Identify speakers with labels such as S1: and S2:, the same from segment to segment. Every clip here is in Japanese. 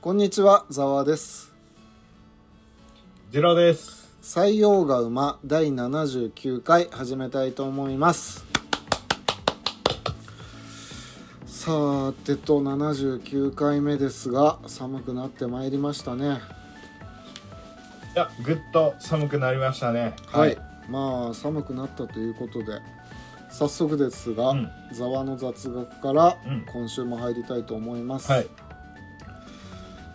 S1: こんにちは、ざわです。
S2: ジローです。
S1: 採用が馬第79回始めたいと思います。さてと79回目ですが、寒くなってまいりましたね。
S2: いや、ぐっと寒くなりましたね。
S1: はい、。まあ寒くなったということで、早速です
S2: う
S1: が
S2: ん、
S1: ざわ、の雑学から
S2: うん
S1: 今週も入りたいと思います。
S2: はい。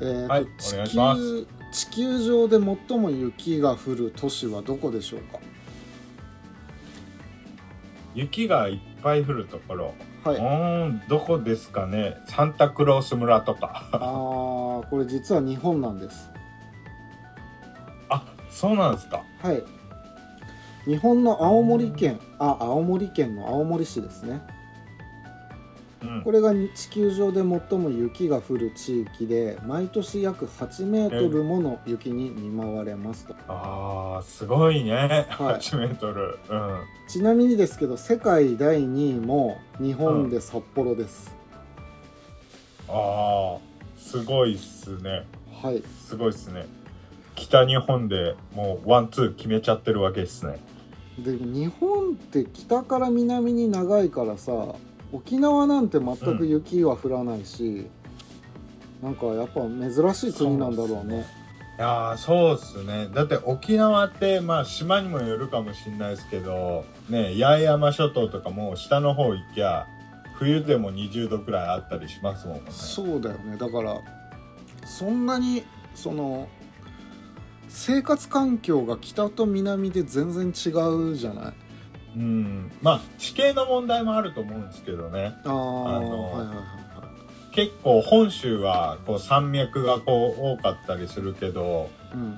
S1: えーと
S2: はいお願いしま
S1: 地球地球上で最も雪が降る都市はどこでしょうか。
S2: 雪がいっぱい降るところ。
S1: は
S2: う
S1: い。
S2: ーん、どこですかね。サンタクロース村とか。
S1: ああ、これ実は日本なんです。
S2: あ、そうなんですか。
S1: はい。日本の青森県、あ、青森県の青森市ですね。
S2: うん
S1: こ。れが地球上で最も雪が降る地域で、毎年約8メートルもの雪に見舞われますと。
S2: ああ、すごいね。
S1: はい
S2: 8メートル。うん。
S1: ちなみにですけど、世界第2位も日本で札幌です。
S2: ああ、すごいっすね。
S1: はい。
S2: すごいっすね。北日本でもうワンツー決めちゃってるわけですね。
S1: で日本って北から南に長いからさ沖縄なんて全く雪は降らないし、なんかやっぱ珍しい国なんだろうね
S2: いやーそうっすねだって沖縄ってまあ島にもよるかもしれないですけどね八重山諸島とかもう下の方行きゃ冬でも20度くらいあったりしますもんね
S1: そうだよねだからそんなにその生活環境が北と南で全然違うじゃない
S2: うんまあ地形の問題もあると思うんですけどね
S1: あー
S2: の
S1: はいはいはい
S2: 結構本州はこう山脈がこう多かったりするけど
S1: はいうん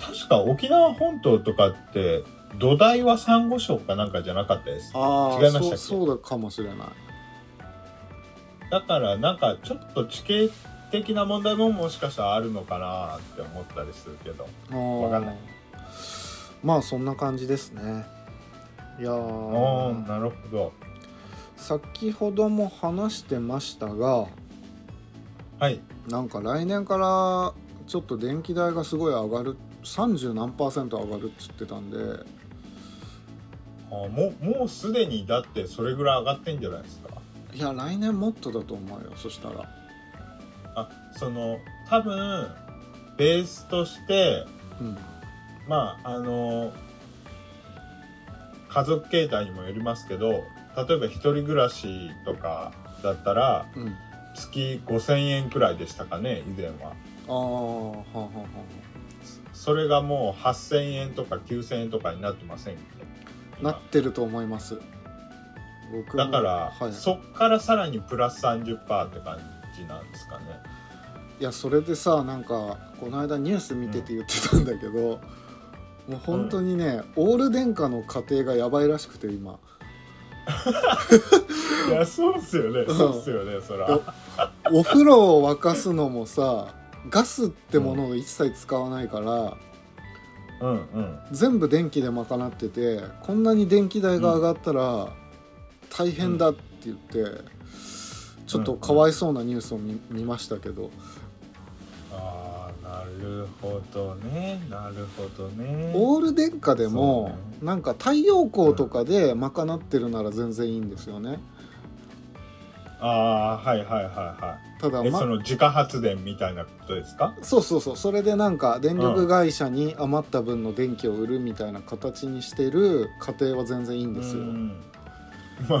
S2: 確か沖縄本島とかって土台はサンゴ礁かなんかじゃなかったです
S1: あ
S2: 違
S1: あ
S2: いましたっ
S1: そうそ
S2: け
S1: うだかもしれない
S2: だからなんかちょっと地形的な問題ももしかしたらあるのかなって思ったりするけど
S1: わ
S2: かんない
S1: まあそんな感じですねいや
S2: あ
S1: ー
S2: ーなるほど
S1: 先ほども話してましたが
S2: はい
S1: なんか来年からちょっと電気代がすごい上がる30何パーセント上がるっつってたんで
S2: あーもうもうすでにだってそれぐらい上がってんじゃないですか
S1: いや来年もっとだと思うよそしたら
S2: あその多分ベースとして
S1: うん
S2: まああの家族形態にもよりますけど例えば一人暮らしとかだったら
S1: うん
S2: 月5,000円くらいでしたかね以前は
S1: ああはあはあは
S2: それがもう8,000円とか9,000円とかになってませんっ
S1: あ
S2: け
S1: なってると思います僕も
S2: だから、
S1: はい、
S2: そっからさらにプラス30%って感じなんで すかね
S1: いやそれでさなんかこの間ニュース見てて言ってたんだけど、もう本当にね、オール電化の家庭がやばいらしくて今
S2: いやそうっすよね
S1: うん
S2: そうっすよねそら
S1: おお風呂を沸かすのもさガスってものを一切使わないから、
S2: うんうん
S1: 全部電気で賄っててこんなに電気代が上がったら大変だって言って、ちょっとかわいそうなニュースを見見ましたけど、
S2: ああなるほどねなるほどね
S1: オール電化でも、
S2: そう
S1: なんか太陽光とかで賄ってるなら全然いいんですよね。
S2: ああーはいはいは
S1: ただ
S2: いはいえ
S1: ま
S2: その自家発電みたいなことですか
S1: そうそうそうそれでなんか電力会社に余った分の電気を売るみたいな形にしてる家庭は全然いいんですよ
S2: う。んま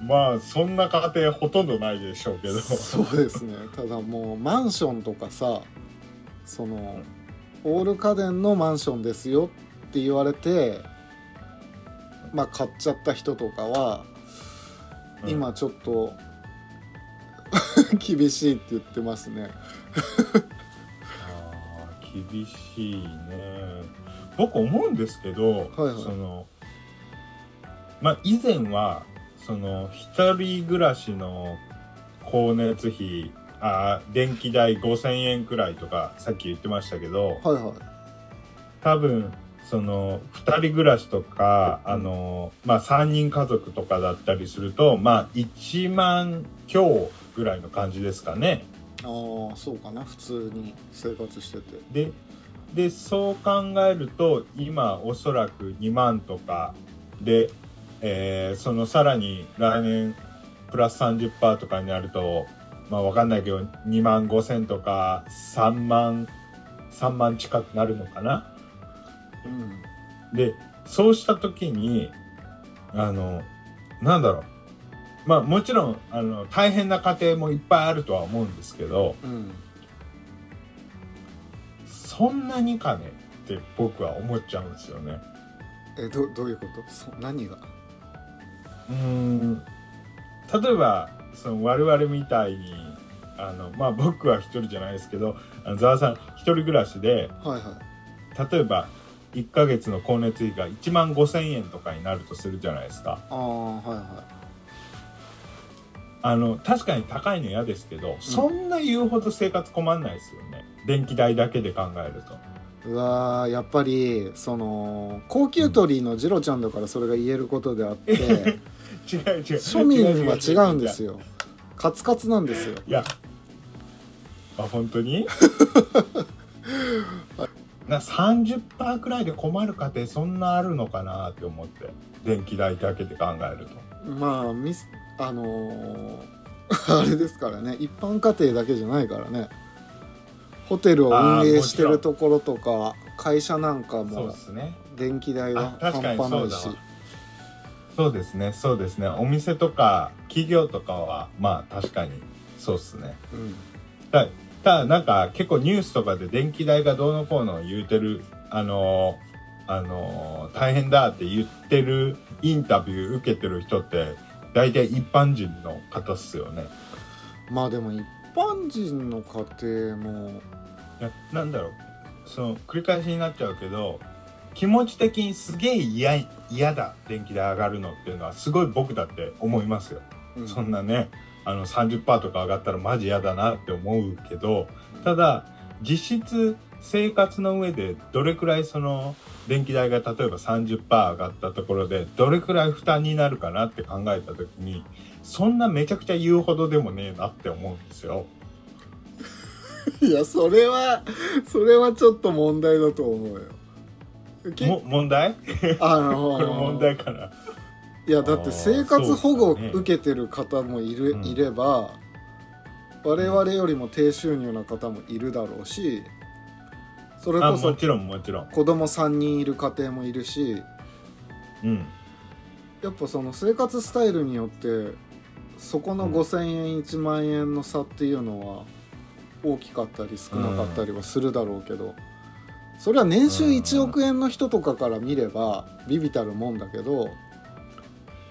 S2: あまあそんな家庭ほとんどないでしょうけど
S1: そうですねただもうマンションとかさそのオール家電のマンションですよって言われてまあ買っちゃった人とかは
S2: うん
S1: 今ちょっと 厳しいって言ってますね。
S2: あー厳しいね僕思うんですけど、
S1: はいはい
S2: そのまあ以前はその一人暮らしの光熱費あー電気代5,000円くらいとかさっき言ってましたけど
S1: はいはい。
S2: 多分その2人暮らしとかあの、まあ、3人家族とかだったりするとまあ1万強ぐらいの感じですかね。
S1: ああそうかな普通に生活してて
S2: ででそう考えると今おそらく2万とかで、えーそのさらに来年プラス30%とかになるとまあわかんないけど2万5千とか3万3万近くなるのかな
S1: うん
S2: でそうした時にあのなんだろうまあもちろんあの大変な家庭もいっぱいあるとは思うんですけど、
S1: うん
S2: そんなにかねって僕は思っちゃうんですよね。
S1: えどどういうことそ何が
S2: うーん例えばその我々みたいにあのまあ僕は一人じゃないですけどあのざわさん一人暮らしで
S1: はいは
S2: 例えば1ヶ月の光熱費が1万5,000円とかになるとするじゃないですか
S1: いああはいは
S2: あの確かに高いの嫌ですけど、そんな言うほど生活困んないですよね電気代だけで考えると。
S1: いうわーやっぱりその高級鳥のジロちゃんだからそれが言えることであって、
S2: 違う違う
S1: 庶民は違うんです よカツカツなんですよ
S2: いや、あ、本 当にな30%くらいで困る家庭そんなあるのかなって思って電気代だけで考えると
S1: まあミスあのー あれですからね一般家庭だけじゃないからねホテルを運営してるところとか会社なんか
S2: そう
S1: も
S2: ですね
S1: 電気代は
S2: あ
S1: 半
S2: 確かに
S1: 端
S2: そ
S1: な
S2: う
S1: い
S2: だ
S1: し
S2: わそうですねそうですねお店とか企業とかはまあ確かにそうですね
S1: うん
S2: たただなんか結構ニュースとかで電気代がどうのこうの言うてるあのーあのー大変だって言ってるインタビュー受けてる人って大体一般人の方っすよね。
S1: まあでも一般人の家庭も
S2: いやなんだろうその繰り返しになっちゃうけど気持ち的にすげえ嫌い嫌だ電気代上がるのっていうのはすごい僕だって思いますよ。
S1: うん
S2: そんなねあの30%とか上がったらマジ嫌だなって思うけどただ実質生活の上でどれくらいその電気代が例えば30%上がったところでどれくらい負担になるかなって考えた時にそんなめちゃくちゃ言うほどでもねえなって思うんですよ。
S1: いやそれはそれはちょっと問題だと思うよけ
S2: も問題
S1: あの
S2: これ問題かな。
S1: いやだって生活保護を
S2: あーそうだね
S1: 受けてる方もいる、
S2: うん
S1: いれば我々よりも低収入な方もいるだろうしそれ
S2: あ
S1: こ
S2: も
S1: そ
S2: ちろんもちろん。
S1: 子供3人いる家庭もいるし
S2: うん。
S1: やっぱその生活スタイルによってそこの
S2: うん
S1: 5,000円1万円の差っていうのは大きかったり少なかったりはするだろうけどそれは年収1億円の人とかから見ればビビたるもんだけど。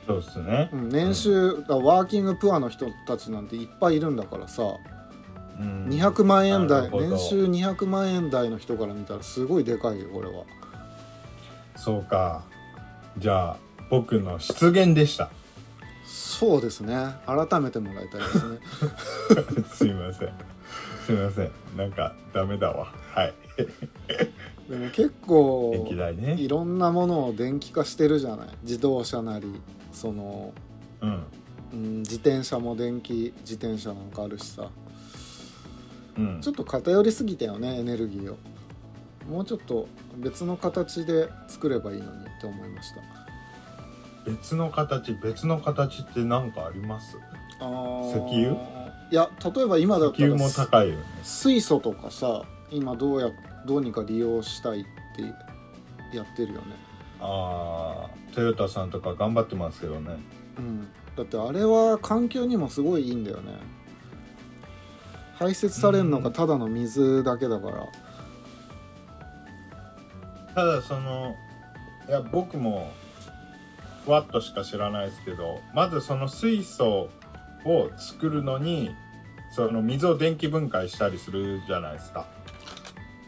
S2: そうですね
S1: う。ん年収だからワーキングプアの人たちなんていっぱいいるんだからさ
S2: うん
S1: 200万円
S2: な
S1: 台
S2: るほど
S1: 年収200万円台の人から見たらすごいでかいよこれは
S2: そうか。じゃあ僕の失言でした。
S1: そうですね改めてもらいたいですね
S2: すいません。すいません。なんかダメだわ。はい。
S1: でも結構
S2: 電気代
S1: い
S2: ね。
S1: ろんなものを電気化してるじゃない自動車なりその、
S2: うん。
S1: うん、自転車も電気自転車なんかあるしさ
S2: うん
S1: ちょ。っと偏りすぎたよねエネルギーをもうちょっと別の形で作ればいいのにって思いました
S2: 別の形、別の形ってなんかあります。
S1: あー
S2: 石油
S1: いや例えば今だっ
S2: 石
S1: た
S2: 油
S1: ら
S2: も高いよね。
S1: 水素とかさ今どうやどうにか利用したいってやってるよね、
S2: ああ、トヨタさんとか頑張ってますけどね。
S1: うん、だってあれは環境にもすごいいいんだよね排泄されるのがただの水だけだから
S2: ただそのいや僕もワットしか知らないですけどまずその水素を作るのにその水を電気分解したりするじゃないで すか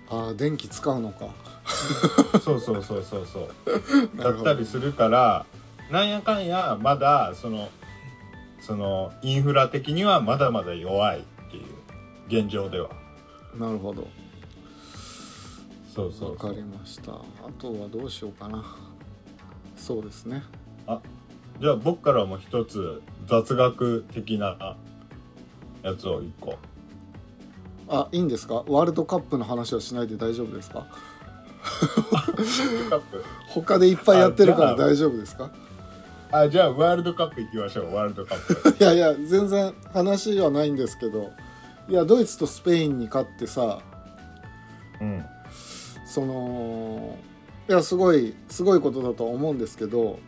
S1: ああ電気使うの か
S2: そうそうそうそうそう
S1: な
S2: だ
S1: る
S2: っ
S1: ほ
S2: た
S1: ど
S2: りするからなんやかんやまだそのそのインフラ的にはまだまだ弱いっていう現状では
S1: なるほど
S2: そうそう
S1: わ
S2: そ
S1: か
S2: う
S1: りましたあとはどうしようかなそうですね
S2: じゃあ僕からも一つ雑学的なやつを一個
S1: あいいんですかワールドカップの話はしないで大丈夫ですか
S2: カップ
S1: 他でいっぱいやってるから
S2: あじゃあ
S1: 大丈夫ですか
S2: あじゃあワールドカップ行きましょうワールドカップ
S1: いやいや全然話はないんですけどいやドイツとスペインに勝ってさ
S2: うん
S1: そのいやすごいすごいことだとは思うんですけど、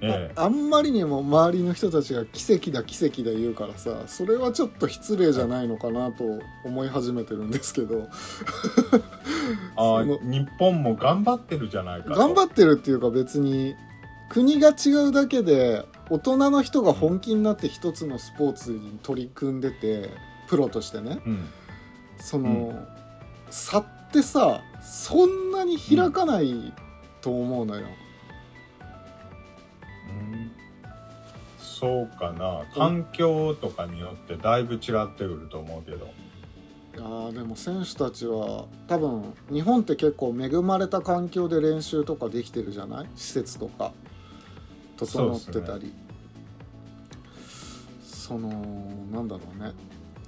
S2: ええ
S1: ああんまりにも周りの人たちが奇跡だ奇跡だ言うからさそれはちょっと失礼じゃないのかなと思い始めてるんですけど
S2: ああ
S1: その
S2: 日本も頑張ってるじゃないかと
S1: 頑張ってるっていうか別に国が違うだけで大人の人が本気になって一つのスポーツに取り組んでてプロとしてね
S2: うん
S1: そうの、差ってさそんなに開かないと思うのよ。
S2: うんそうかな環境とかによってだいぶ違ってくると思うけど
S1: いやーでも選手たちは多分日本って結構恵まれた環境で練習とかできてるじゃない施設とか整ってたりそ,、のなんだろうね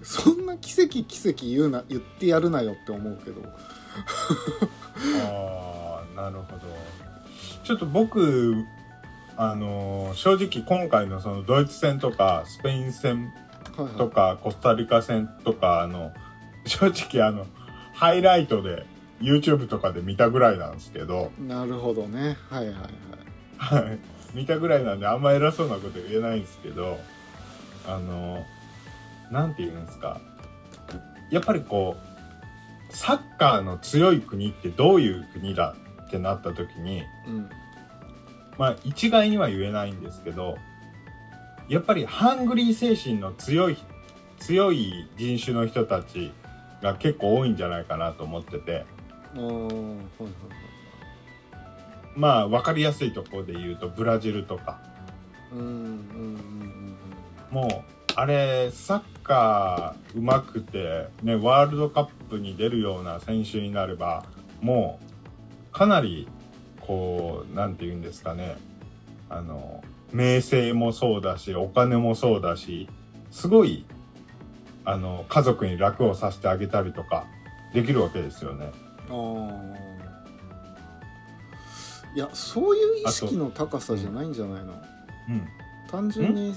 S1: そんな奇跡奇跡言うな言ってやるなよって思うけど
S2: ああなるほどちょっと僕あのー正直今回のそのドイツ戦とかスペイン戦
S1: はいは
S2: と
S1: い
S2: かコスタリカ戦とかあの正直あのハイライトで YouTube とかで見たぐらいなんですけど、
S1: なるほどねはいはいはい
S2: はい、見たぐらいなんであんま偉そうなこと言えないんですけどあのなんて言うんですかやっぱりこうサッカーの強い国ってどういう国だってなった時に
S1: うん
S2: まあ一概には言えないんですけどやっぱりハングリー精神の強い強い人種の人たちが結構多いんじゃないかなと思ってて
S1: あーはいはいはい
S2: まあ分かりやすいところで言うとブラジルとか
S1: うんうんうん
S2: もうあれサッカーうまくて、ね、ワールドカップに出るような選手になればもうかなりこうなんて言うんですかねあの名声もそうだしお金もそうだしすごいあの家族に楽をさせてあげたりとかできるわけですよね。
S1: うんうんあーいやそういう意識の高さじゃないんじゃないの、
S2: うん、
S1: 単純に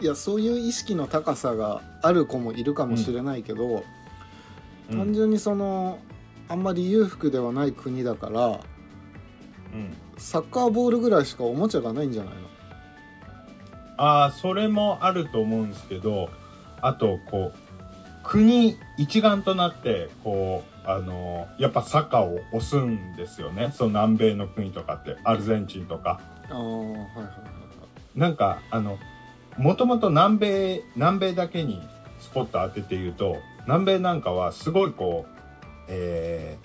S1: いやそういう意識の高さがある子もいるかもしれないけど、
S2: うん
S1: 単純にそのあんまり裕福ではない国だから
S2: うん
S1: サッカーボールぐらいしかおもちゃがないんじゃないの
S2: ああそれもあると思うんですけどあとこう国一丸となってこうあのやっぱサッカーを押すんですよねその南米の国とかってアルゼンチンとか
S1: ああはいはいはい
S2: なんかあのもともと南米南米だけにスポット当てて言うと南米なんかはすごいこうえ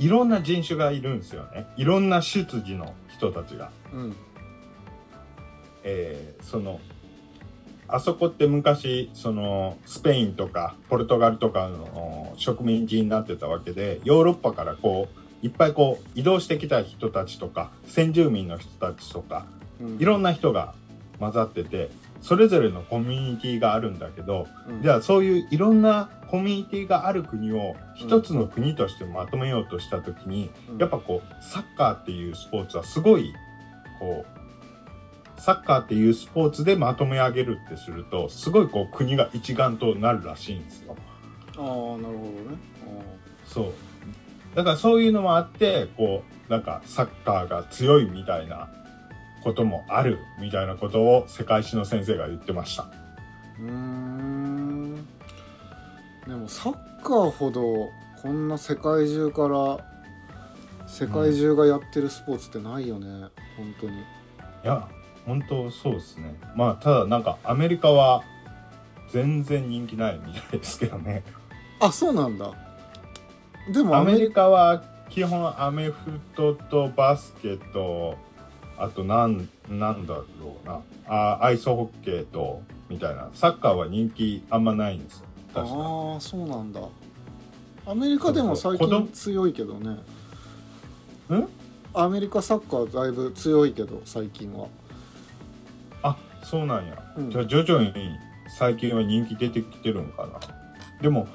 S2: ーいろんな人種がいるんですよねいろんな出自の人たちが。
S1: うん
S2: えーそのあそこって昔そのスペインとかポルトガルとかの植民地になってたわけでヨーロッパからこういっぱいこう移動してきた人たちとか先住民の人たちとか
S1: うん
S2: いろんな人が混ざっててそれぞれのコミュニティがあるんだけど
S1: うん
S2: じゃあそういういろんなコミュニティがある国を一つの国としてまとめようとした時に
S1: うん
S2: やっぱこうサッカーっていうスポーツはすごいこうサッカーっていうスポーツでまとめ上げるってするとすごいこう国が一丸となるらしいんですよ。
S1: ああなるほどね
S2: そうだからそういうのもあってこうなんかサッカーが強いみたいなこともあるみたいなことを世界史の先生が言ってました。
S1: あーうーんでもサッカーほどこんな世界中から世界中がやってるスポーツってないよね、本当に
S2: いや本当そうですね。まあただなんかアメリカは全然人気ないみたいですけどね。
S1: あそうなんだでも
S2: ア
S1: アメ
S2: メ
S1: リ
S2: リカは基本アメフトとバスケとあとなんなんだろうなあアイスホッケーとみたいなサッカーは人気あんまないんですよ
S1: カ
S2: 確か
S1: ああそうなんだアメリカでも最
S2: そうそう子
S1: 近
S2: 供
S1: 強いけどね
S2: にん
S1: アメリカサッカーだいぶ強いけど最近は、
S2: あそうなんや、
S1: うん
S2: じゃあ徐々に最近は人気出てきてるんかなでも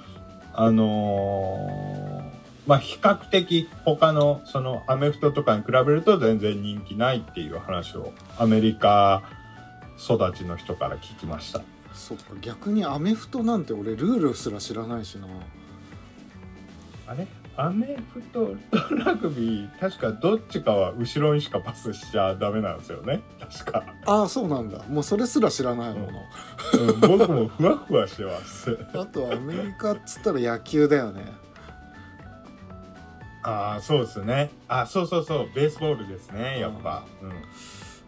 S2: あのーまあ比較的他のそのアメフトとかに比べると全然人気ないっていう話をアメリカ育ちの人から聞きました
S1: そっか逆にアメフトなんて俺ルールすら知らないしな
S2: あれアメフトとラグビー確かどっちかは後ろにしかパスしちゃダメなんですよね確か、
S1: ああそうなんだもうそれすら知らないもの、
S2: うん僕もふわふわしてます
S1: あとはアメリカっつったら野球だよね
S2: ああそうですねあそうそうそうベースボールですねやっぱ、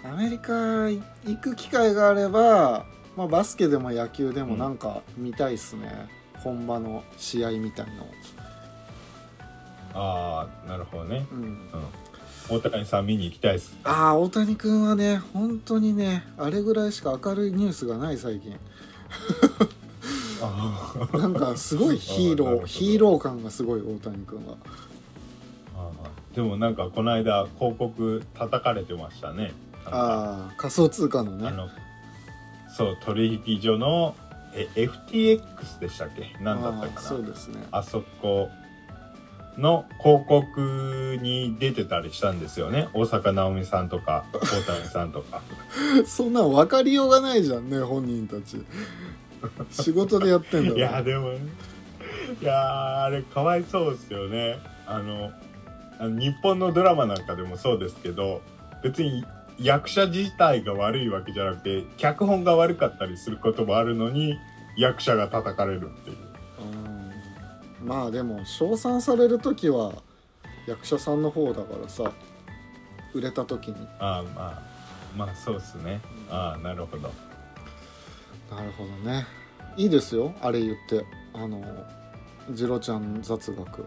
S2: うん、
S1: アメリカ行く機会があれば、まあ、バスケでも野球でもなんか見たいっすね、本場の試合みたいの
S2: ああなるほどね
S1: うん
S2: 大谷さん見に行きたいです
S1: ああ大谷君はね本当にねあれぐらいしか明るいニュースがない最近
S2: あー
S1: なんかすごいヒーロ
S2: あーなるほ
S1: ー
S2: ど
S1: ヒーロー感がすごい大谷君は
S2: あーでもなんかこの間広告叩かれてましたねなんか
S1: ああ仮想通貨の
S2: あ
S1: ね
S2: のそう取引所のえ FTX でしたっけ何だった
S1: あー
S2: か
S1: そ
S2: な
S1: うですね
S2: あそこの広告に出てたりしたんですよね大坂なおみさんとか大谷さんとか
S1: そんなん分かりようがないじゃんね本人たち仕事でやってんだ
S2: い
S1: か
S2: や
S1: ら
S2: でもいやーあれかわいそうですよねあのあの日本のドラマなんかでもそうですけど別に役者自体が悪いわけじゃなくて脚本が悪かったりすることもあるのに役者が叩かれるっていう
S1: うんまあでも称賛される時は役者さんの方だからさ売れた時に
S2: ああまあまあそうですねああなるほど
S1: なるほどねいいですよあれ言ってあのジロちゃん雑学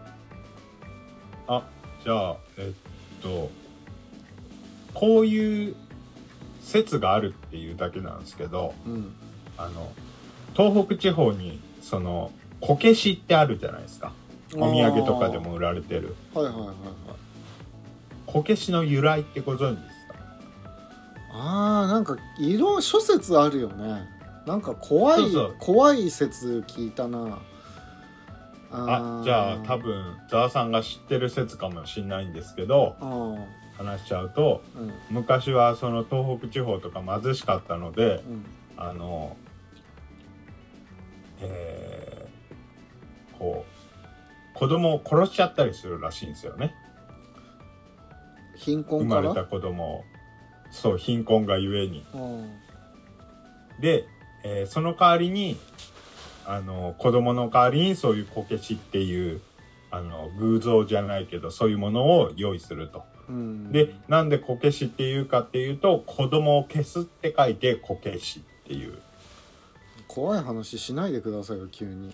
S2: あじゃあえっとこういう説があるっていうだけなんですけど、
S1: うん
S2: あの東北地方にそのこけしってあるじゃないですかお土産とかでも売られてる
S1: あーはいはいはいはい
S2: こけしの由来ってご存知ですか
S1: あーなんか色諸説あるよねなんか怖い
S2: そうそう
S1: 怖い説聞いたな
S2: あ
S1: あー
S2: じゃあ多分ざわさんが知ってる説かもしれないんですけど
S1: あー
S2: 話しちゃうと
S1: うん
S2: 昔はその東北地方とか貧しかったので
S1: うん
S2: あのえーこう子供を殺しちゃったりするらしいんですよね
S1: 貧
S2: 生
S1: 困か
S2: まれ
S1: ら
S2: た子供をそう貧困がゆえに
S1: うん
S2: で、えーその代わりにあの子供の代わりにそういうこけしっていうあの偶像じゃないけどそういうものを用意すると。
S1: うん
S2: でなんでこけしっていうかっていうと子供を消すって書いてこけしっていう
S1: 怖い話しないでくださいよ急に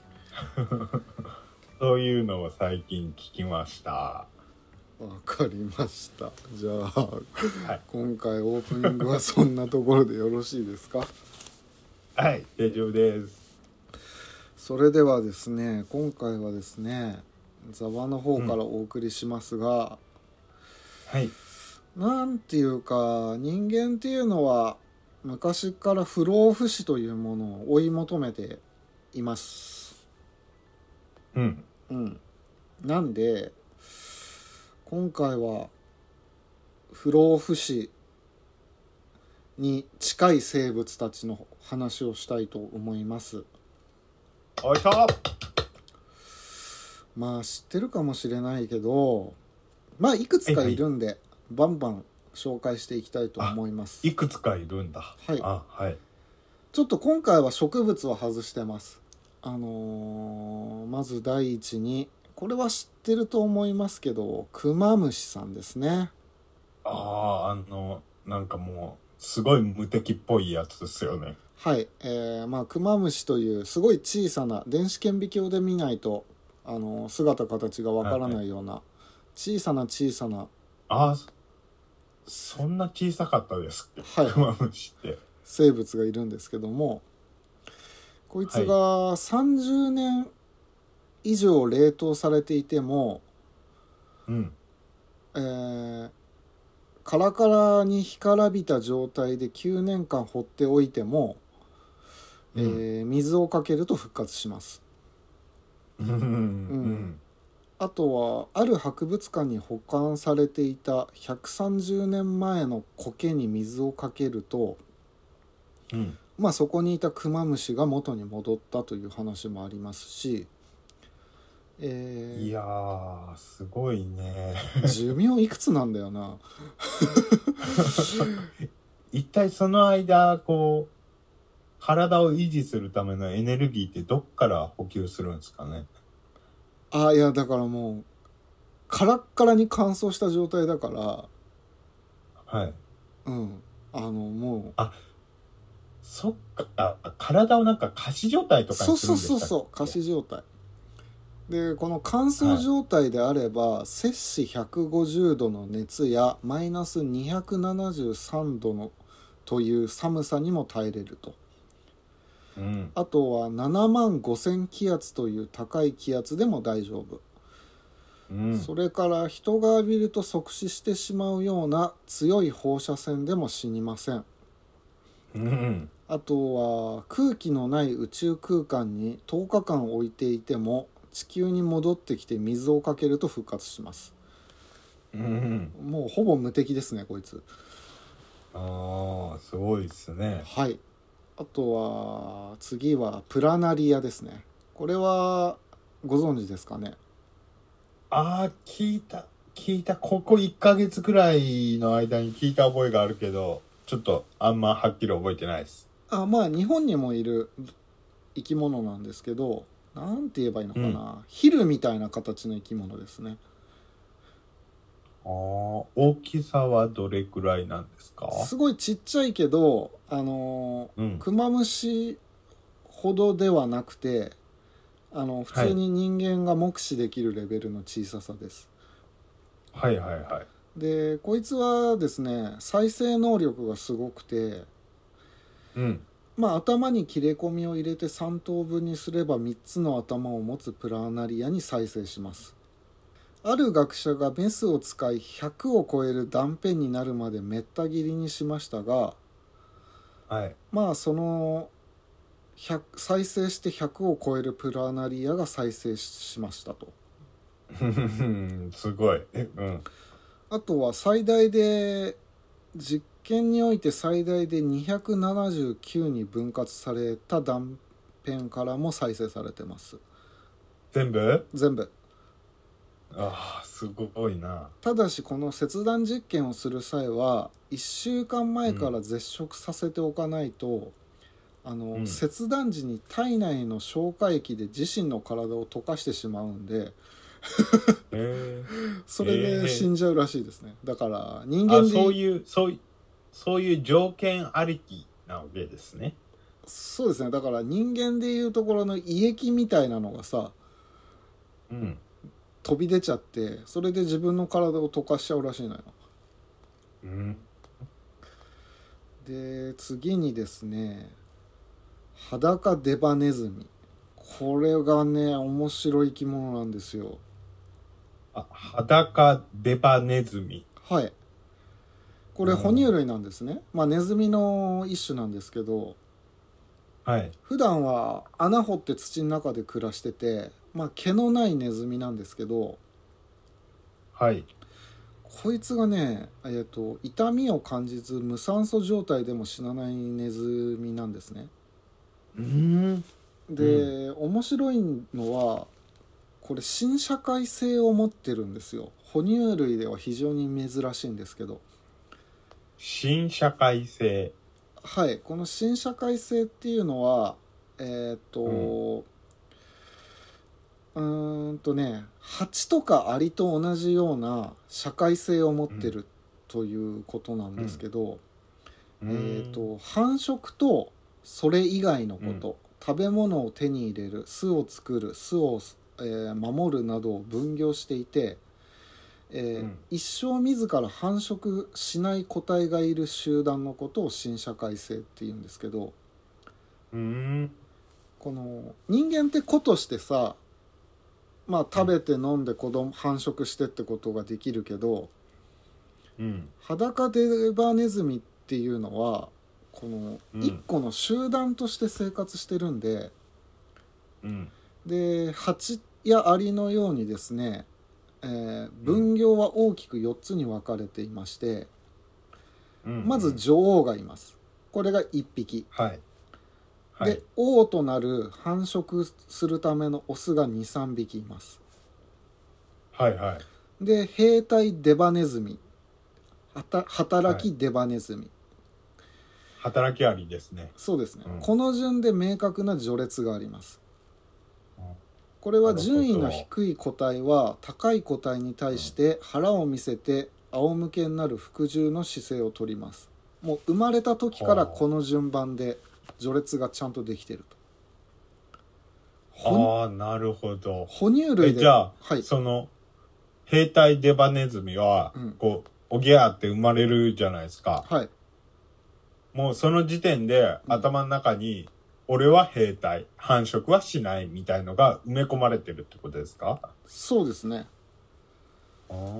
S2: そういうのを最近聞きました。
S1: わかりましたじゃあ、
S2: はい
S1: 今回オープニングはそんなところでよろしいですか
S2: はい大丈夫です。
S1: それではですね今回はですねザワの方からお送りしますが、
S2: はい
S1: なんていうか人間っていうのは昔から不老不死というものを追い求めています
S2: うん
S1: うん、なんで今回は不老不死に近い生物たちの話をしたいと思います
S2: おいしょ
S1: まあ知ってるかもしれないけどまあいくつかいるんで、バンバン紹介していきたいと思います
S2: いくつかいるんだ。
S1: はい
S2: あはい
S1: ちょっと今回は植物は外してます。あのーまず第一に、これは知ってると思いますけど、クマムシさんですね。
S2: あああのなんかもうすごい無敵っぽいやつですよね。
S1: はい、えーまあクマムシというすごい小さな電子顕微鏡で見ないと、あのー姿形がわからないような、小さな小さな、
S2: ああ、そそんな小さかったですっけ、
S1: はい
S2: クマムシって。
S1: 生物がいるんですけども、こいつが30年以上冷凍されていても、
S2: うん。
S1: えーカラカラに干からびた状態で9年間放っておいても、えー水をかけると復活します
S2: うんうん
S1: あとはある博物館に保管されていた130年前の苔に水をかけると、
S2: うん
S1: まあ、そこにいたクマムシが元に戻ったという話もありますし、えー
S2: いやーすごいね
S1: 寿命いくつなんだよな
S2: 一体その間こう体を維持するためのエネルギーってどっから補給するんですかね
S1: あいやだからもうカラッカラに乾燥した状態だか
S2: はい
S1: らうんあのも
S2: そっかあ体をなんか仮死状態
S1: う
S2: とか
S1: そう
S2: にす
S1: そ
S2: るん
S1: う
S2: でした
S1: そ
S2: っ
S1: う
S2: け
S1: そう仮死状態でこの乾燥状態であれば、摂氏150度の熱やマイナス273度のという寒さにも耐えれると
S2: うん
S1: あとは7万5000気圧という高い気圧でも大丈夫
S2: うん
S1: それから人が浴びると即死してしまうような強い放射線でも死にません
S2: うん
S1: あとは空気のない宇宙空間に10日間置いていても地球に戻ってきて水をかけると復活します
S2: うん
S1: もうほぼ無敵ですねこいつ
S2: ああすごいですね
S1: はいあとは次はプラナリアですねこれはご存知ですかね
S2: ああ聞いた聞いたここ1ヶ月くらいの間に聞いた覚えがあるけどちょっとあんまはっきり覚えてないです
S1: あまあ日本にもいる生き物なんですけどなんて言えばいいのかな、ヒルみたいな形の生き物ですね
S2: ああ大きさはどれくらいなんですか
S1: すごいちっちゃいけどあの
S2: う
S1: ー
S2: ん
S1: クマムシほどではなくてあの普通に人間が目視できるレベルの小ささです、
S2: はいはいはい
S1: でこいつはですね再生能力がすごくて
S2: うん
S1: まあ頭に切れ込みを入れて3等分にすれば3つの頭を持つプラナリアに再生しますある学者がメスを使い100を超える断片になるまでめった切りにしましたが
S2: はい
S1: まあその100再生して100を超えるプラナリアが再生しましたと
S2: うんすごい。えうん。
S1: あとは最大で実験において最大で279に分割された断片からも再生されてます
S2: 全部
S1: 全部
S2: ああ、すごいな。
S1: ただしこの切断実験をする際は1週間前から絶食させておかないと、あの
S2: うん
S1: 切断時に体内の消化液で自身の体を溶かしてしまうんで
S2: へえ
S1: それ
S2: え
S1: で
S2: ー
S1: 死んじゃうらしいですね、だから人間
S2: あ
S1: で
S2: そういう、そういう、そういう条件ありきなわけですね。
S1: そうですねだから人間でいうところの胃液みたいなのがさ
S2: うん。
S1: 飛び出ちゃってそれで自分の体を溶かしちゃうらしいのよ
S2: うん。
S1: で次にですね裸デバネズミこれがね面白い生き物なんですよ
S2: あ、裸デバネズミ。
S1: はいこれ
S2: うん
S1: 哺乳類なんですね、まあネズミの一種なんですけど
S2: はい。
S1: 普段は穴掘って土の中で暮らしてて、まあ、毛のないネズミなんですけど
S2: はい。
S1: こいつがね、えー、と痛みを感じず無酸素状態でも死なないネズミなんですね
S2: うん。
S1: で、面白いのはこれ新社会性を持ってるんですよ哺乳類では非常に珍しいんですけど
S2: 新社会性。
S1: はいこの新社会性っていうのはえっ、とうーんとね蜂とかアリと同じような社会性を持ってるということなんですけど、
S2: うん
S1: えー、。と繁殖とそれ以外のこと、食べ物を手に入れる巣を作る巣を、えー守るなどを分業していて、えー
S2: うん
S1: 一生自ら繁殖しない個体がいる集団のことを新社会性っていうんですけど
S2: うん。
S1: この人間って子としてさまあ食べて飲んで子供繁殖してってことができるけど
S2: うん。
S1: 裸デバネズミっていうのはこの
S2: うん
S1: 一個の集団として生活してるんで、
S2: うん。
S1: で蜂いやアリのようにですね、えー分業は大きく4つに分かれていまして
S2: うん
S1: まず女王がいますこれが1匹
S2: はいは
S1: で
S2: い
S1: 王となる繁殖するためのオスが23匹います
S2: はいはい
S1: で兵隊デバネズミはた働きデバネズミ、
S2: 働きありですね
S1: そうですね、
S2: うん
S1: この順で明確な序列があります
S2: うん
S1: これは順位の低い個体は高い個体に対して腹を見せて仰向けになる服従の姿勢をとりますもう生まれた時からこの順番で序列がちゃんとできてるとほん
S2: ああなるほど
S1: 哺乳
S2: え
S1: 類で
S2: じゃあ、
S1: はい
S2: その兵隊デバネズミは、
S1: うん
S2: こうおぎゃーって生まれるじゃないですか
S1: はい
S2: もうその時点で
S1: うん
S2: 頭の中に、俺は兵隊繁殖はしないみたいのが埋め込まれてるってことですか
S1: そうですね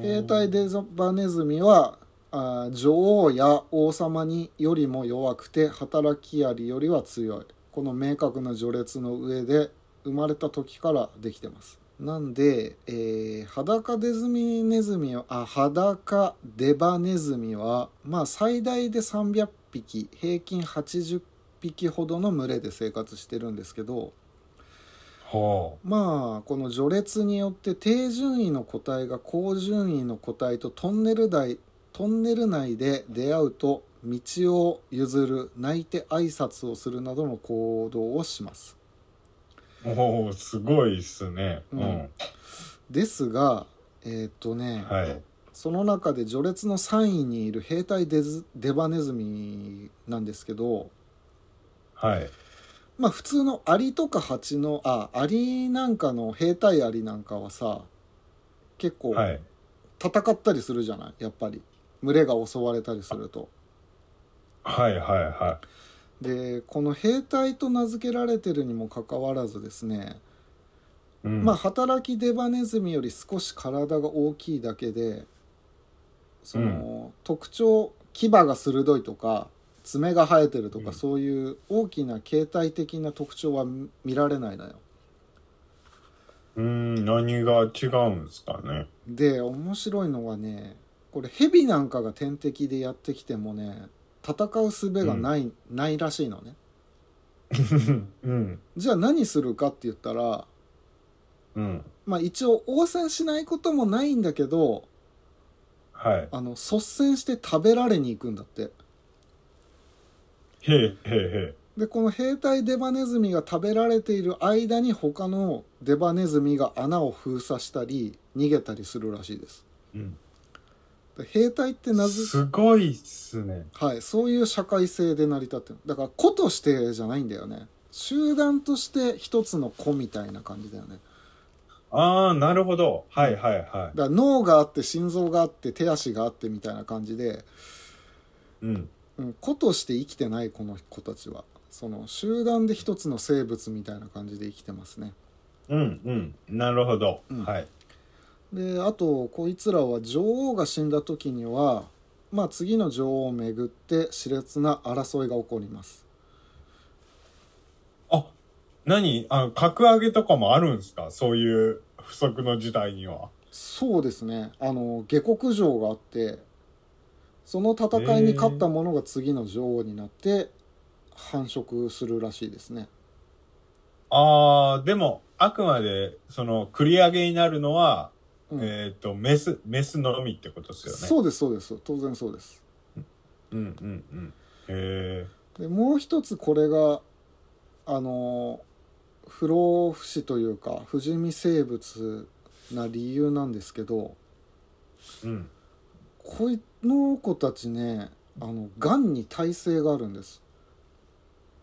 S1: 兵隊デバネズミはあー女王や王様によりも弱くて働きアリよりは強いこの明確な序列の上で生まれた時からできてますなんで、えー裸デズミネズミはあ裸デバネズミはまあ最大で300匹平均80匹ほどの群れで生活してるんですけど
S2: は
S1: まあこの序列によって低順位の個体が高順位の個体とトンネル内トンネル内で出会うと道を譲る泣いて挨拶をするなどの行動をします
S2: あおおすごいっすねうん、
S1: ですがえーっとね、
S2: はい
S1: その中で序列の3位にいる兵隊デズデバネズミなんですけど
S2: はい
S1: まあ普通のアリとかハチのあアリなんかの兵隊アリなんかはさ結構、
S2: はい
S1: 戦ったりするじゃないやっぱり群れが襲われたりすると
S2: はいはいは
S1: でこの兵隊と名付けられてるにもかかわらずですね、
S2: い、うん
S1: まあ働きデバネズミより少し体が大きいだけでその、特徴牙が鋭いとか爪が生えてるとか、
S2: うん
S1: そういう大きな形態的な特徴は見られないのよ
S2: うーん何が違うんですかね
S1: で面白いのがねこれヘビなんかが天敵でやってきてもね戦う術がない、ないらしいのね
S2: うん
S1: じゃあ何するかって言ったら、
S2: うん
S1: まあ、一応応戦しないこともないんだけど
S2: はい
S1: あの率先して食べられに行くんだって
S2: へえへえへ
S1: でこの兵隊デバネズミが食べられている間に他のデバネズミが穴を封鎖したり逃げたりするらしいです
S2: え、うん、
S1: で兵隊ってなぜ、
S2: すごいっすね
S1: はい、そういう社会性で成り立ってるだから個としてじゃないんだよね集団として一つの個みたいな感じだよね
S2: ああなるほどはいはい
S1: だ
S2: は
S1: から脳があって心臓があって手足があってみたいな感じで
S2: いうん
S1: うん、個として生きてないこの子たちはその集団で一つの生物みたいな感じで生きてますね
S2: うんうんなるほど、
S1: うん
S2: はい
S1: であとこいつらは女王が死んだ時にはまあ次の女王をめぐって熾烈な争いが起こります
S2: あ、何あの、格上げとかもあるんですかそういう不測の事態には。
S1: そうですねあの下克上があってその戦いに勝った者が次の女王になって繁殖するらしいですね
S2: あー、でも、あくまで、その、繰り上げになるのは、
S1: うん
S2: えっ、と、メス、メスのみってことですよね。
S1: そうですそうです当然そうです
S2: うんうんうん。へえ。
S1: でもう一つこれがあの不老不死というか不死身生物な理由なんですけど
S2: うん。
S1: こいの子たちねあのがんに耐性があるんです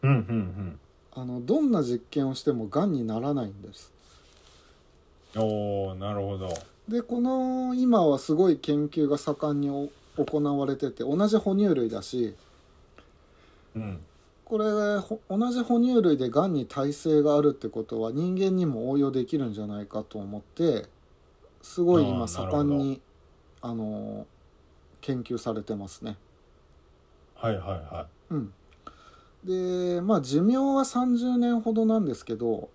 S2: うんうん
S1: あのどんな実験をしてもがんにならないんです
S2: うん。おー、なるほど。
S1: でこの今はすごい研究が盛んにお行われてて同じ哺乳類だし
S2: うん。
S1: これほ同じ哺乳類でがんに耐性があるってことは人間にも応用できるんじゃないかと思ってすごい
S2: あ
S1: 今
S2: ーなるほど
S1: 盛んにあの研究されてますね。
S2: はいはいは
S1: うん、でまあ寿命は30年ほどなんですけど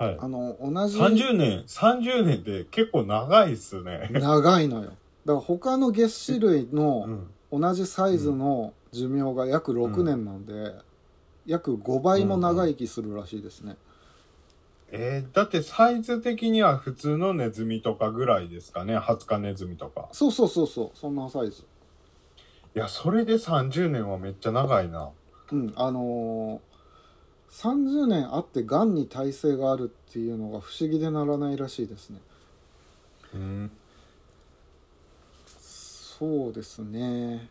S2: い。はい
S1: あの同じ
S2: 30年30年って結構長いっすね、
S1: 長いのよだから他の月種類
S2: う
S1: の
S2: ん、
S1: 同じサイズの寿命が約6年なんで、約5倍も長生きするらしいですね、
S2: えーだってサイズ的には普通のネズミとかぐらいですかねハツカネズミとか
S1: そうそうそうそうそんなサイズ
S2: いやそれで30年はめっちゃ長いな
S1: うんあのー30年あってがんに耐性があるっていうのが不思議でならないらしいですね
S2: うん
S1: そうですね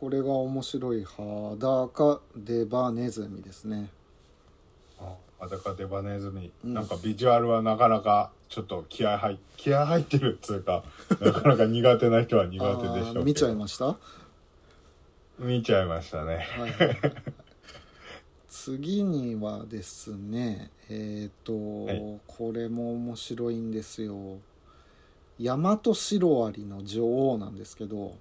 S1: これが面白い裸デバネズミですね
S2: あ裸デバネズミ、
S1: うん
S2: なんかビジュアルはなかなかちょっと気合入気合入ってるっつ うかなかなか苦手な人は苦手でしょうけ
S1: あー
S2: ど
S1: 見ちゃいました
S2: 見ちゃいましたね
S1: はいはい はい次にはですねえっ、と、
S2: はい
S1: これも面白いんですよヤマトシロアリの女王なんですけど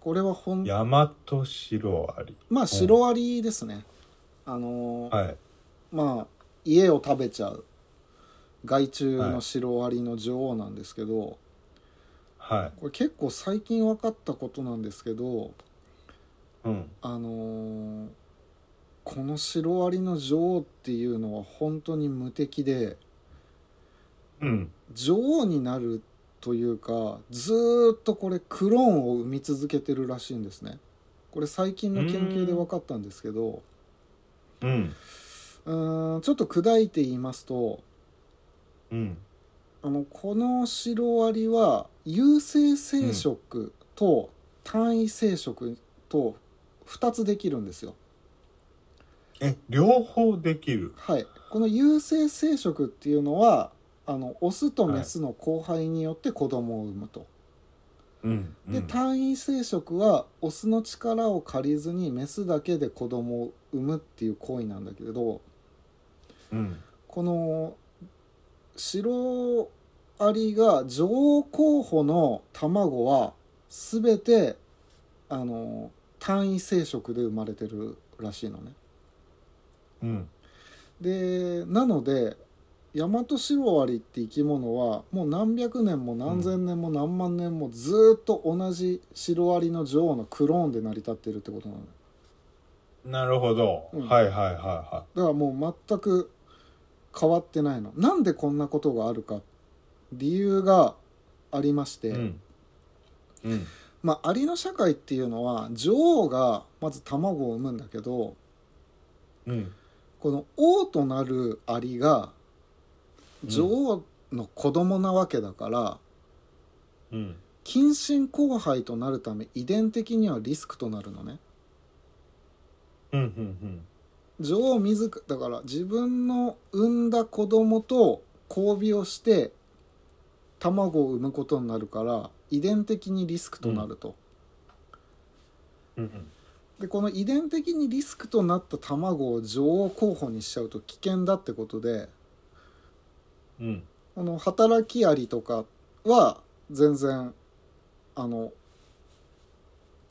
S1: これはほん
S2: ヤマトシロアリ
S1: まあシロアリですね、あのー
S2: はい
S1: まあ家を食べちゃう害虫のシロアリの女王なんですけど、
S2: はい
S1: これ結構最近分かったことなんですけど
S2: うん
S1: あのーこのシロアリの女王っていうのは本当に無敵で
S2: うん
S1: 女王になるというかずーっとこれクローンを生み続けてるらしいんですねこれ最近の研究で分かったんですけど
S2: うん
S1: うーんちょっと砕いて言いますと
S2: うん
S1: あのこのシロアリは有性生殖と単位生殖と2つできるんですよ
S2: え両方できる
S1: はい、この有性生殖っていうのはあのオスとメスの交配によって子供を産むと、
S2: うんうん
S1: で単位生殖はオスの力を借りずにメスだけで子供を産むっていう行為なんだけれど
S2: うん
S1: このシロアリが女王候補の卵は全てあの単位生殖で生まれてるらしいのね。
S2: うん
S1: でなのでヤマトシロアリって生き物はもう何百年も何千年も何万年もずーっと同じシロアリの女王のクローンで成り立ってるってことなのよ
S2: なるほど、
S1: うん
S2: はいはいはいは
S1: だからもう全く変わってないのなんでこんなことがあるか理由がありまして、
S2: いうんうん
S1: まあアリの社会っていうのは女王がまず卵を産むんだけど
S2: うん
S1: この王となるアリが女王の子供なわけだから、
S2: うん
S1: 近親交配となるため遺伝的にはリスクとなるのね
S2: うんうん
S1: 女王自らだから自分の産んだ子供と交尾をして卵を産むことになるから遺伝的にリスクとなると、
S2: うんうん
S1: でこの遺伝的にリスクとなった卵を女王候補にしちゃうと危険だってことで
S2: うん
S1: この働きアリとかは全然あの、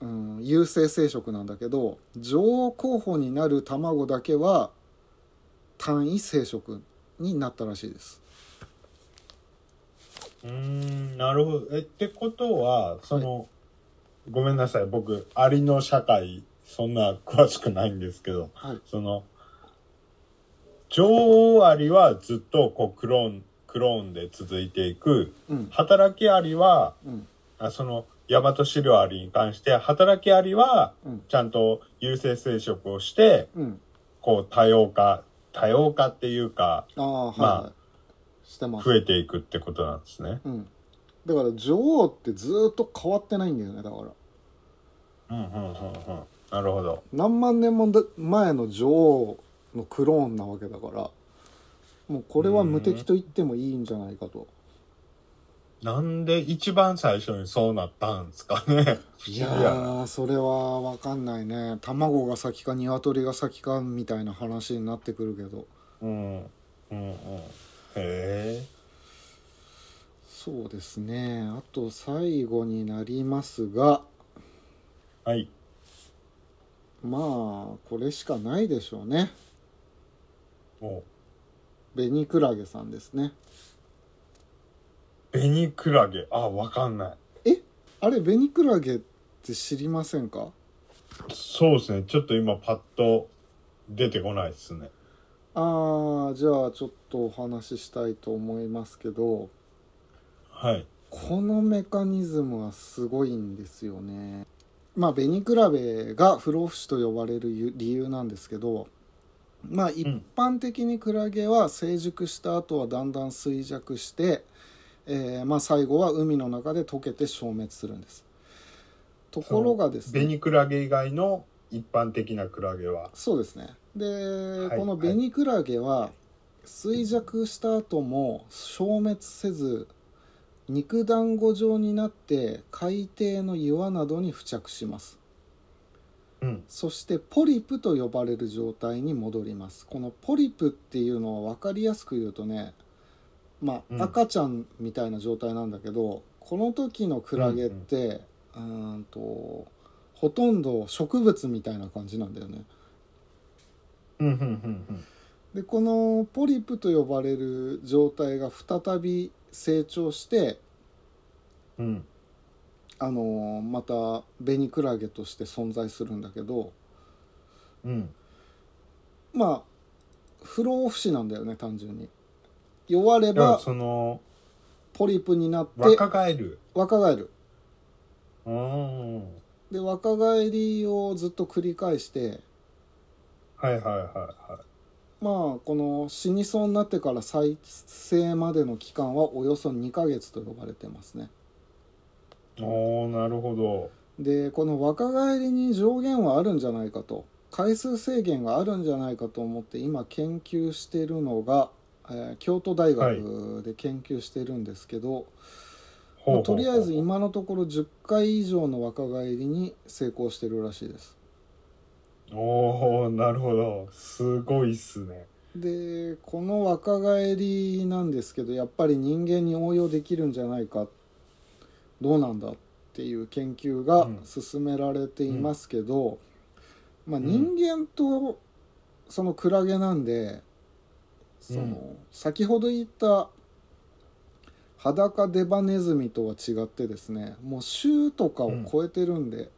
S1: うん、優性生殖なんだけど女王候補になる卵だけは単位生殖になったらしいです。
S2: うーんなるほど。えってことはその、ごめんなさい僕アリの社会そんな詳しくないんですけど
S1: はい、
S2: その女王アリはずっとこうクローンクローンで続いていく
S1: うん
S2: 働きアリは
S1: うん
S2: あそのヤマトシロアリに関して働きアリは
S1: うん
S2: ちゃんと有性生殖をして
S1: うん、
S2: こう多様化多様化っていうか
S1: ああはい、
S2: ま
S1: はいしてます
S2: 増、えていくってことなんですね。
S1: うん、だから女王ってずーっと変わってないんだよねだから
S2: うんうんうんうんなるほど。
S1: 何万年もだ前の女王のクローンなわけだからもうこれは無敵と言ってもいいんじゃないかと。
S2: なんで一番最初にそうなったんですかね。
S1: いやーそれは分かんないね卵が先か鶏が先かみたいな話になってくるけど
S2: うん。うんうん。へえ。
S1: そうですねあと最後になりますが
S2: はい。
S1: まあこれしかないでしょうね
S2: も
S1: ベニクラゲさんですね
S2: ベニクラゲあわかんない
S1: あれベニクラゲって知りませんか
S2: そうですねちょっと今パッと出てこないですね
S1: ああじゃあちょっとお話ししたいと思いますけど
S2: はい
S1: このメカニズムはすごいんですよね。まあベニクラベが不老不死と呼ばれるゆ理由なんですけどまあ一般的にクラゲは成熟した後はだんだん衰弱して、えーまあ、最後は海の中で溶けて消滅するんです。ところがですね
S2: ベニクラゲ以外の一般的なクラゲは
S1: そうですねで、
S2: はい
S1: このベニクラゲは衰弱した後も消滅せず肉団子状になって海底の岩などに付着します
S2: うん
S1: そしてポリプと呼ばれる状態に戻りますこのポリプっていうのは分かりやすく言うとねま
S2: うん
S1: あ赤ちゃんみたいな状態なんだけど、この時のクラゲって、うーんとほとんど植物みたいな感じなんだよね
S2: うんうんうん
S1: でこのポリプと呼ばれる状態が再び成長して、
S2: うんうん
S1: あのまたベニクラゲとして存在するんだけど
S2: うん
S1: まあ不老不死なんだよね単純に弱れ
S2: だから
S1: ば
S2: その
S1: ポリプになって
S2: 若返る
S1: 若返る
S2: うんはい
S1: で若返りをずっと繰り返して
S2: はいはいは
S1: まあこの死にそうになってから再生までの期間はおよそ2ヶ月と呼ばれてますね
S2: いおおなるほど
S1: でこの若返りに上限はあるんじゃないかと回数制限があるんじゃないかと思って今研究してるのが、えー京都大学で研究してるんですけど、まあ
S2: ほうほうほう
S1: とりあえず今のところ10回以上の若返りに成功してるらしいです
S2: おおなるほどすごいっすね
S1: でこの若返りなんですけどやっぱり人間に応用できるんじゃないかどうなんだっていう研究が
S2: うん
S1: 進められていますけど、まあ、
S2: うん
S1: 人間とそのクラゲなんでその、
S2: うん
S1: 先ほど言った裸デバネズミとは違ってですねもう州とかを超えてるんで、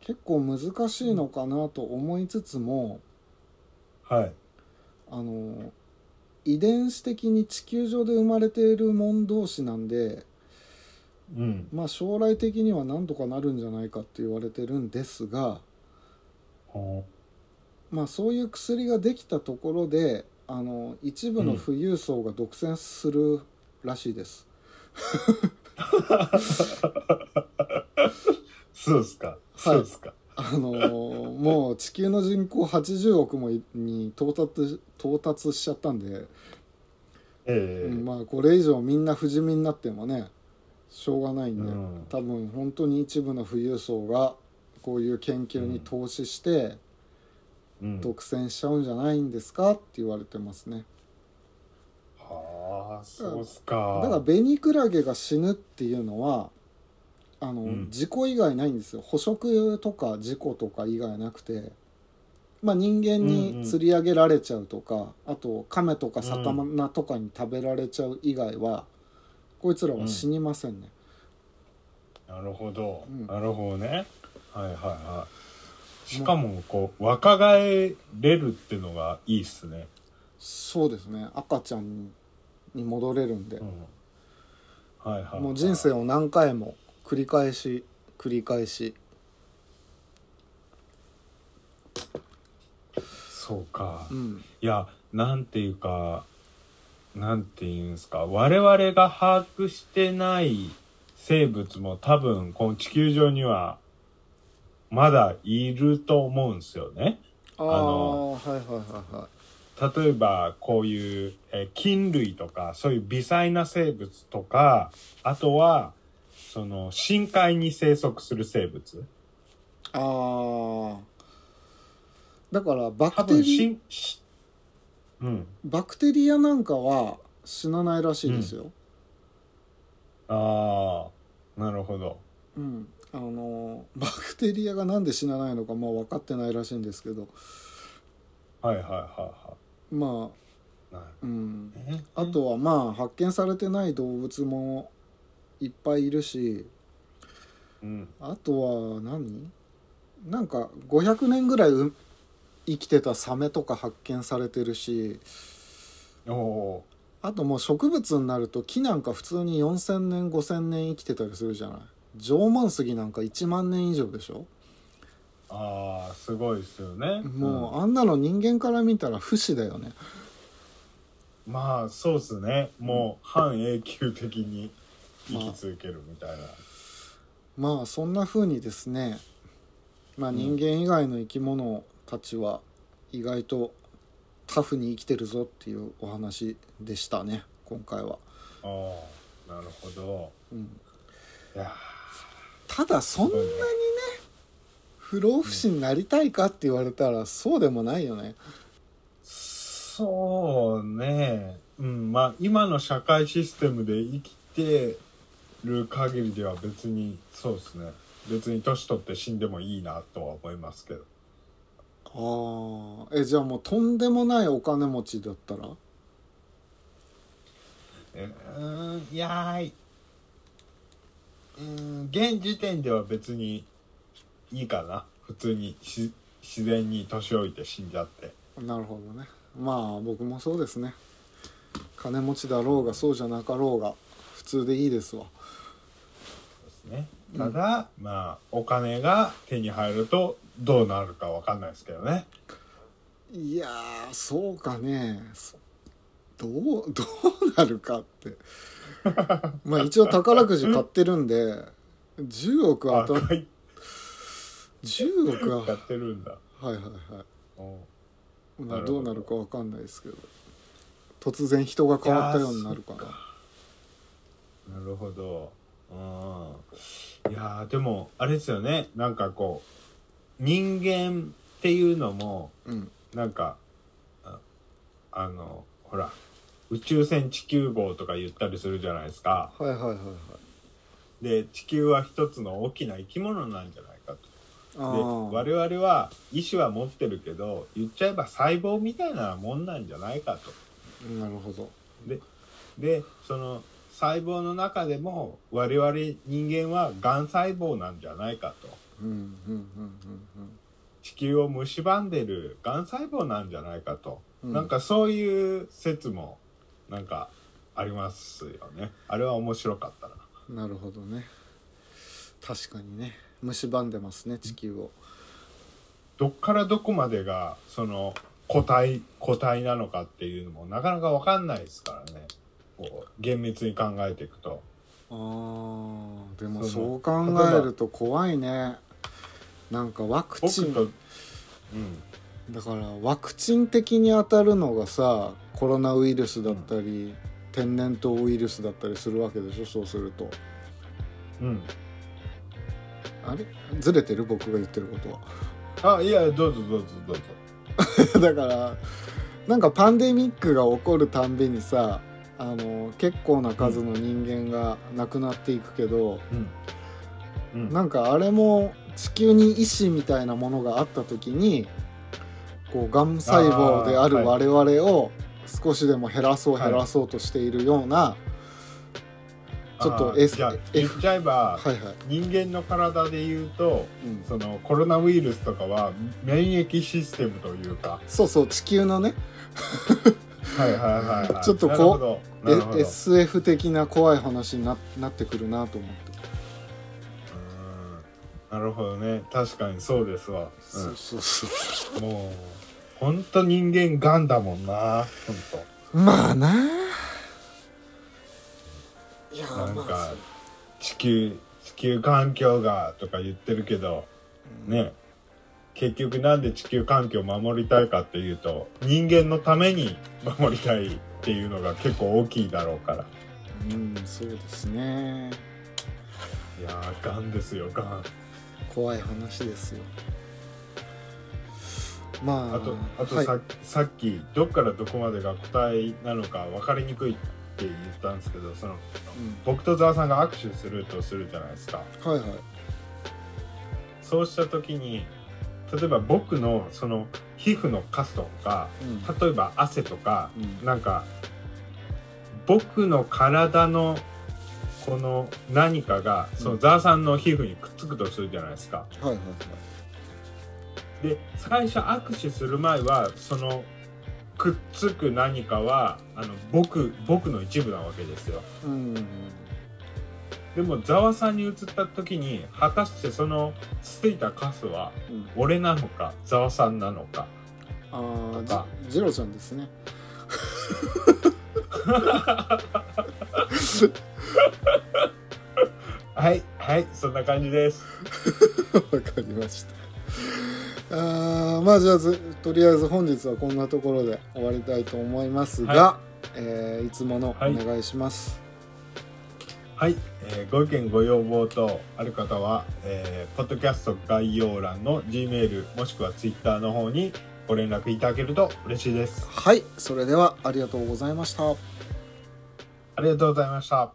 S1: 結構難しいのかなと思いつつも。
S2: はい
S1: あの遺伝子的に地球上で生まれているもん同士なんで、
S2: うん
S1: まあ、将来的には何とかなるんじゃないかって言われてるんですが、
S2: ほ
S1: まあ、そういう薬ができたところであの一部の富裕層が独占するらしいです。
S2: うそうっすかそうっすか
S1: あ のもう地球の人口80億もいに到達到達しちゃったんで、
S2: ええ
S1: うんまあ、これ以上みんな不死身になってもねしょうがないんで。
S2: うん
S1: 多分本当に一部の富裕層がこういう研究に投資して
S2: うん
S1: 独占しちゃうんじゃないんですかって言われてますね
S2: はあそうっすか
S1: だからベニクラゲが死ぬっていうのはあの、
S2: うん
S1: 事故以外ないんですよ捕食とか事故とか以外なくて、まあ、人間
S2: うんう
S1: に
S2: ん
S1: 釣り上げられちゃうとか、あとカメとか魚とかに食べられちゃう以外は、こいつらは死にませんね、
S2: なるほど、
S1: うん
S2: なるほどねはいはいはいしかもこう若返れるってのがいいっすね、
S1: そうですね赤ちゃんに戻れるんで
S2: う、ん、はいはいはい
S1: もう人生を何回も繰り返し繰り返し
S2: そうか、
S1: うん
S2: いやなんていうかなんていうんですか我々が把握してない生物も多分この地球上にはまだいると思うんですよね。
S1: ああ
S2: の
S1: はいはいはいは
S2: 例えばこういう、えー菌類とかそういう微細な生物とかあとはその深海に生息する生物
S1: いああだからバ
S2: 多
S1: クテ
S2: 分
S1: リ
S2: ししうん
S1: バクテリアなんかは死なないらしいですよ、
S2: ああなるほど
S1: うんあのー バクテリアがなんで死なないのかまあ分かってないらしいんですけど
S2: はいはいはいはい
S1: まあ
S2: なる
S1: うん、
S2: ほどね
S1: あとはまあ発見されてない動物もいっぱいいるし
S2: うん
S1: あとは何なんか500年ぐらいう生きてたサメとか発見されてるし
S2: おお
S1: あともう植物になると木なんか普通に4,000年5,000年生きてたりするじゃない縄文杉なんか1万年以上でしょ
S2: ーああすごいですよね
S1: もうあんなの人間から見たら不死だよね
S2: うんまあそうですねもう半永久的に生き続けるみたいな、
S1: まあそんな風にですね、まあ、
S2: うん
S1: 人間以外の生き物たちは意外とタフに生きてるぞっていうお話でしたね今回は、
S2: ああなるほど
S1: うん、
S2: いや
S1: ただそん
S2: す
S1: な
S2: ごいね
S1: 不老不死になりたいかって言われたらそうでもないよね
S2: そうねうんまあ今の社会システムで生きてる限りでは別にそうですね別に年取って死んでもいいなとは思いますけど
S1: ああえじゃあもうとんでもないお金持ちだったら
S2: えうんいやーいうん現時点では別にいいかな普通にし自然に年老いて死んじゃって
S1: なるほどねまあ僕もそうですね金持ちだろうがそうじゃなかろうが普通でいいですわ
S2: ですね
S1: うん
S2: ただ、まあお金が手に入るとどうなるかわかんないですけどね
S1: いやーそうかねそどうどうなるかってまあ一応宝くじ買ってるんで10億
S2: あ
S1: 当たっ
S2: 書い
S1: 10億は
S2: やってるんだ
S1: はいはいは
S2: お
S1: い、まあ、
S2: なるほ
S1: ど
S2: ど
S1: うなるかわかんないですけど突然人が変わったようになるか
S2: いやーそっ
S1: な
S2: なるほどうんいやーでもあれですよねなんかこう人間っていうのも
S1: うん
S2: なんかああのほら宇宙船地球号とか言ったりするじゃないですか
S1: はいはいはいはい
S2: で地球は一つの大きな生き物なんじゃないかと
S1: あ
S2: で
S1: ー
S2: 我々は意志は持ってるけど言っちゃえば細胞みたいなもんなんじゃないかと
S1: なるほど
S2: でその細胞の中でも我々人間はがん細胞なんじゃないかと
S1: うんうん
S2: 地球を蝕んでるがん細胞なんじゃないかと、
S1: うんうんうん
S2: なんかそういう説もなんかありますよねあれは面白かったな
S1: なるほどね確かにね蝕んでますね地球を
S2: どっからどこまでがその個体個体なのかっていうのもなかなか分かんないですからねこう厳密に考えていくと
S1: あーでも
S2: その
S1: そう考えると怖いねなんかワク
S2: 僕
S1: チン
S2: とうん
S1: だからワクチン的に当たるのがさコロナウイルスだったり、天然痘ウイルスだったりするわけでしょそうすると
S2: うん
S1: あれずれてる僕が言ってることは
S2: あいやどうぞどうぞどうぞ
S1: だからなんかパンデミックが起こるたんびにさあの結構な数の人間が亡くなっていくけど、
S2: うんうん
S1: なんかあれも地球に意志みたいなものがあった時にこうがん細胞である
S2: あー
S1: 我々を少しでも減らそう
S2: はい
S1: 減らそうとしているようなちょっと
S2: あ
S1: S-
S2: じゃあ
S1: F-
S2: 言っちゃえば
S1: はいはい、
S2: 人間の体で言うと
S1: うん、
S2: そのコロナウイルスとかは免疫システムというか
S1: そうそう地球のね
S2: はいはいはい、は い、
S1: ちょっとこう
S2: うなるほどなるほど
S1: え SF 的な怖い話にななってくるなと思って、
S2: うんなるほどね確かにそうですわ、
S1: そうそうそう
S2: うん、もうほんと人間ガンだもんなほんと
S1: まあないや
S2: なん
S1: まあ
S2: か地球地球環境がとか言ってるけどね結局なんで地球環境を守りたいかっていうと人間のために守りたいっていうのが結構大きいだろうから
S1: そううんそうですね
S2: いやーガンですよガン
S1: 怖い話ですよまあ
S2: あとあと
S1: はい
S2: さ,、さっきどっからどこまでが答えなのか分かりにくいって言ったんですけどその
S1: う
S2: 僕とざわさんが握手するとするじゃないですか
S1: ん、はいはい
S2: そうした時に例えば僕のその皮膚のカスとか
S1: うん
S2: 例えば汗とか
S1: うん
S2: なんか僕の体のこの何かがそうの
S1: ん
S2: ザーさんの皮膚にくっつくとするじゃないですか。
S1: はいはいはい
S2: で最初握手する前はそのくっつく何かはあの僕僕の一部なわけですよ。
S1: うん
S2: でもざわさんに移った時に果たしてそのついたカスは
S1: うん
S2: 俺なのかざわさんなのか
S1: あ
S2: とか
S1: あジロちゃんですね
S2: はいはいそんな感じです。
S1: わかりましたあーまあじゃあずとりあえず本日はこんなところで終わりたいと思いますが、
S2: はい
S1: えーいつものお
S2: はい
S1: 願いします、
S2: はい、えーご意見ご要望等ある方は、えーポッドキャスト概要欄の G メールもしくは Twitter の方にご連絡いただけると嬉しいです。
S1: はい、それではありがとうございました
S2: ありがとうございました。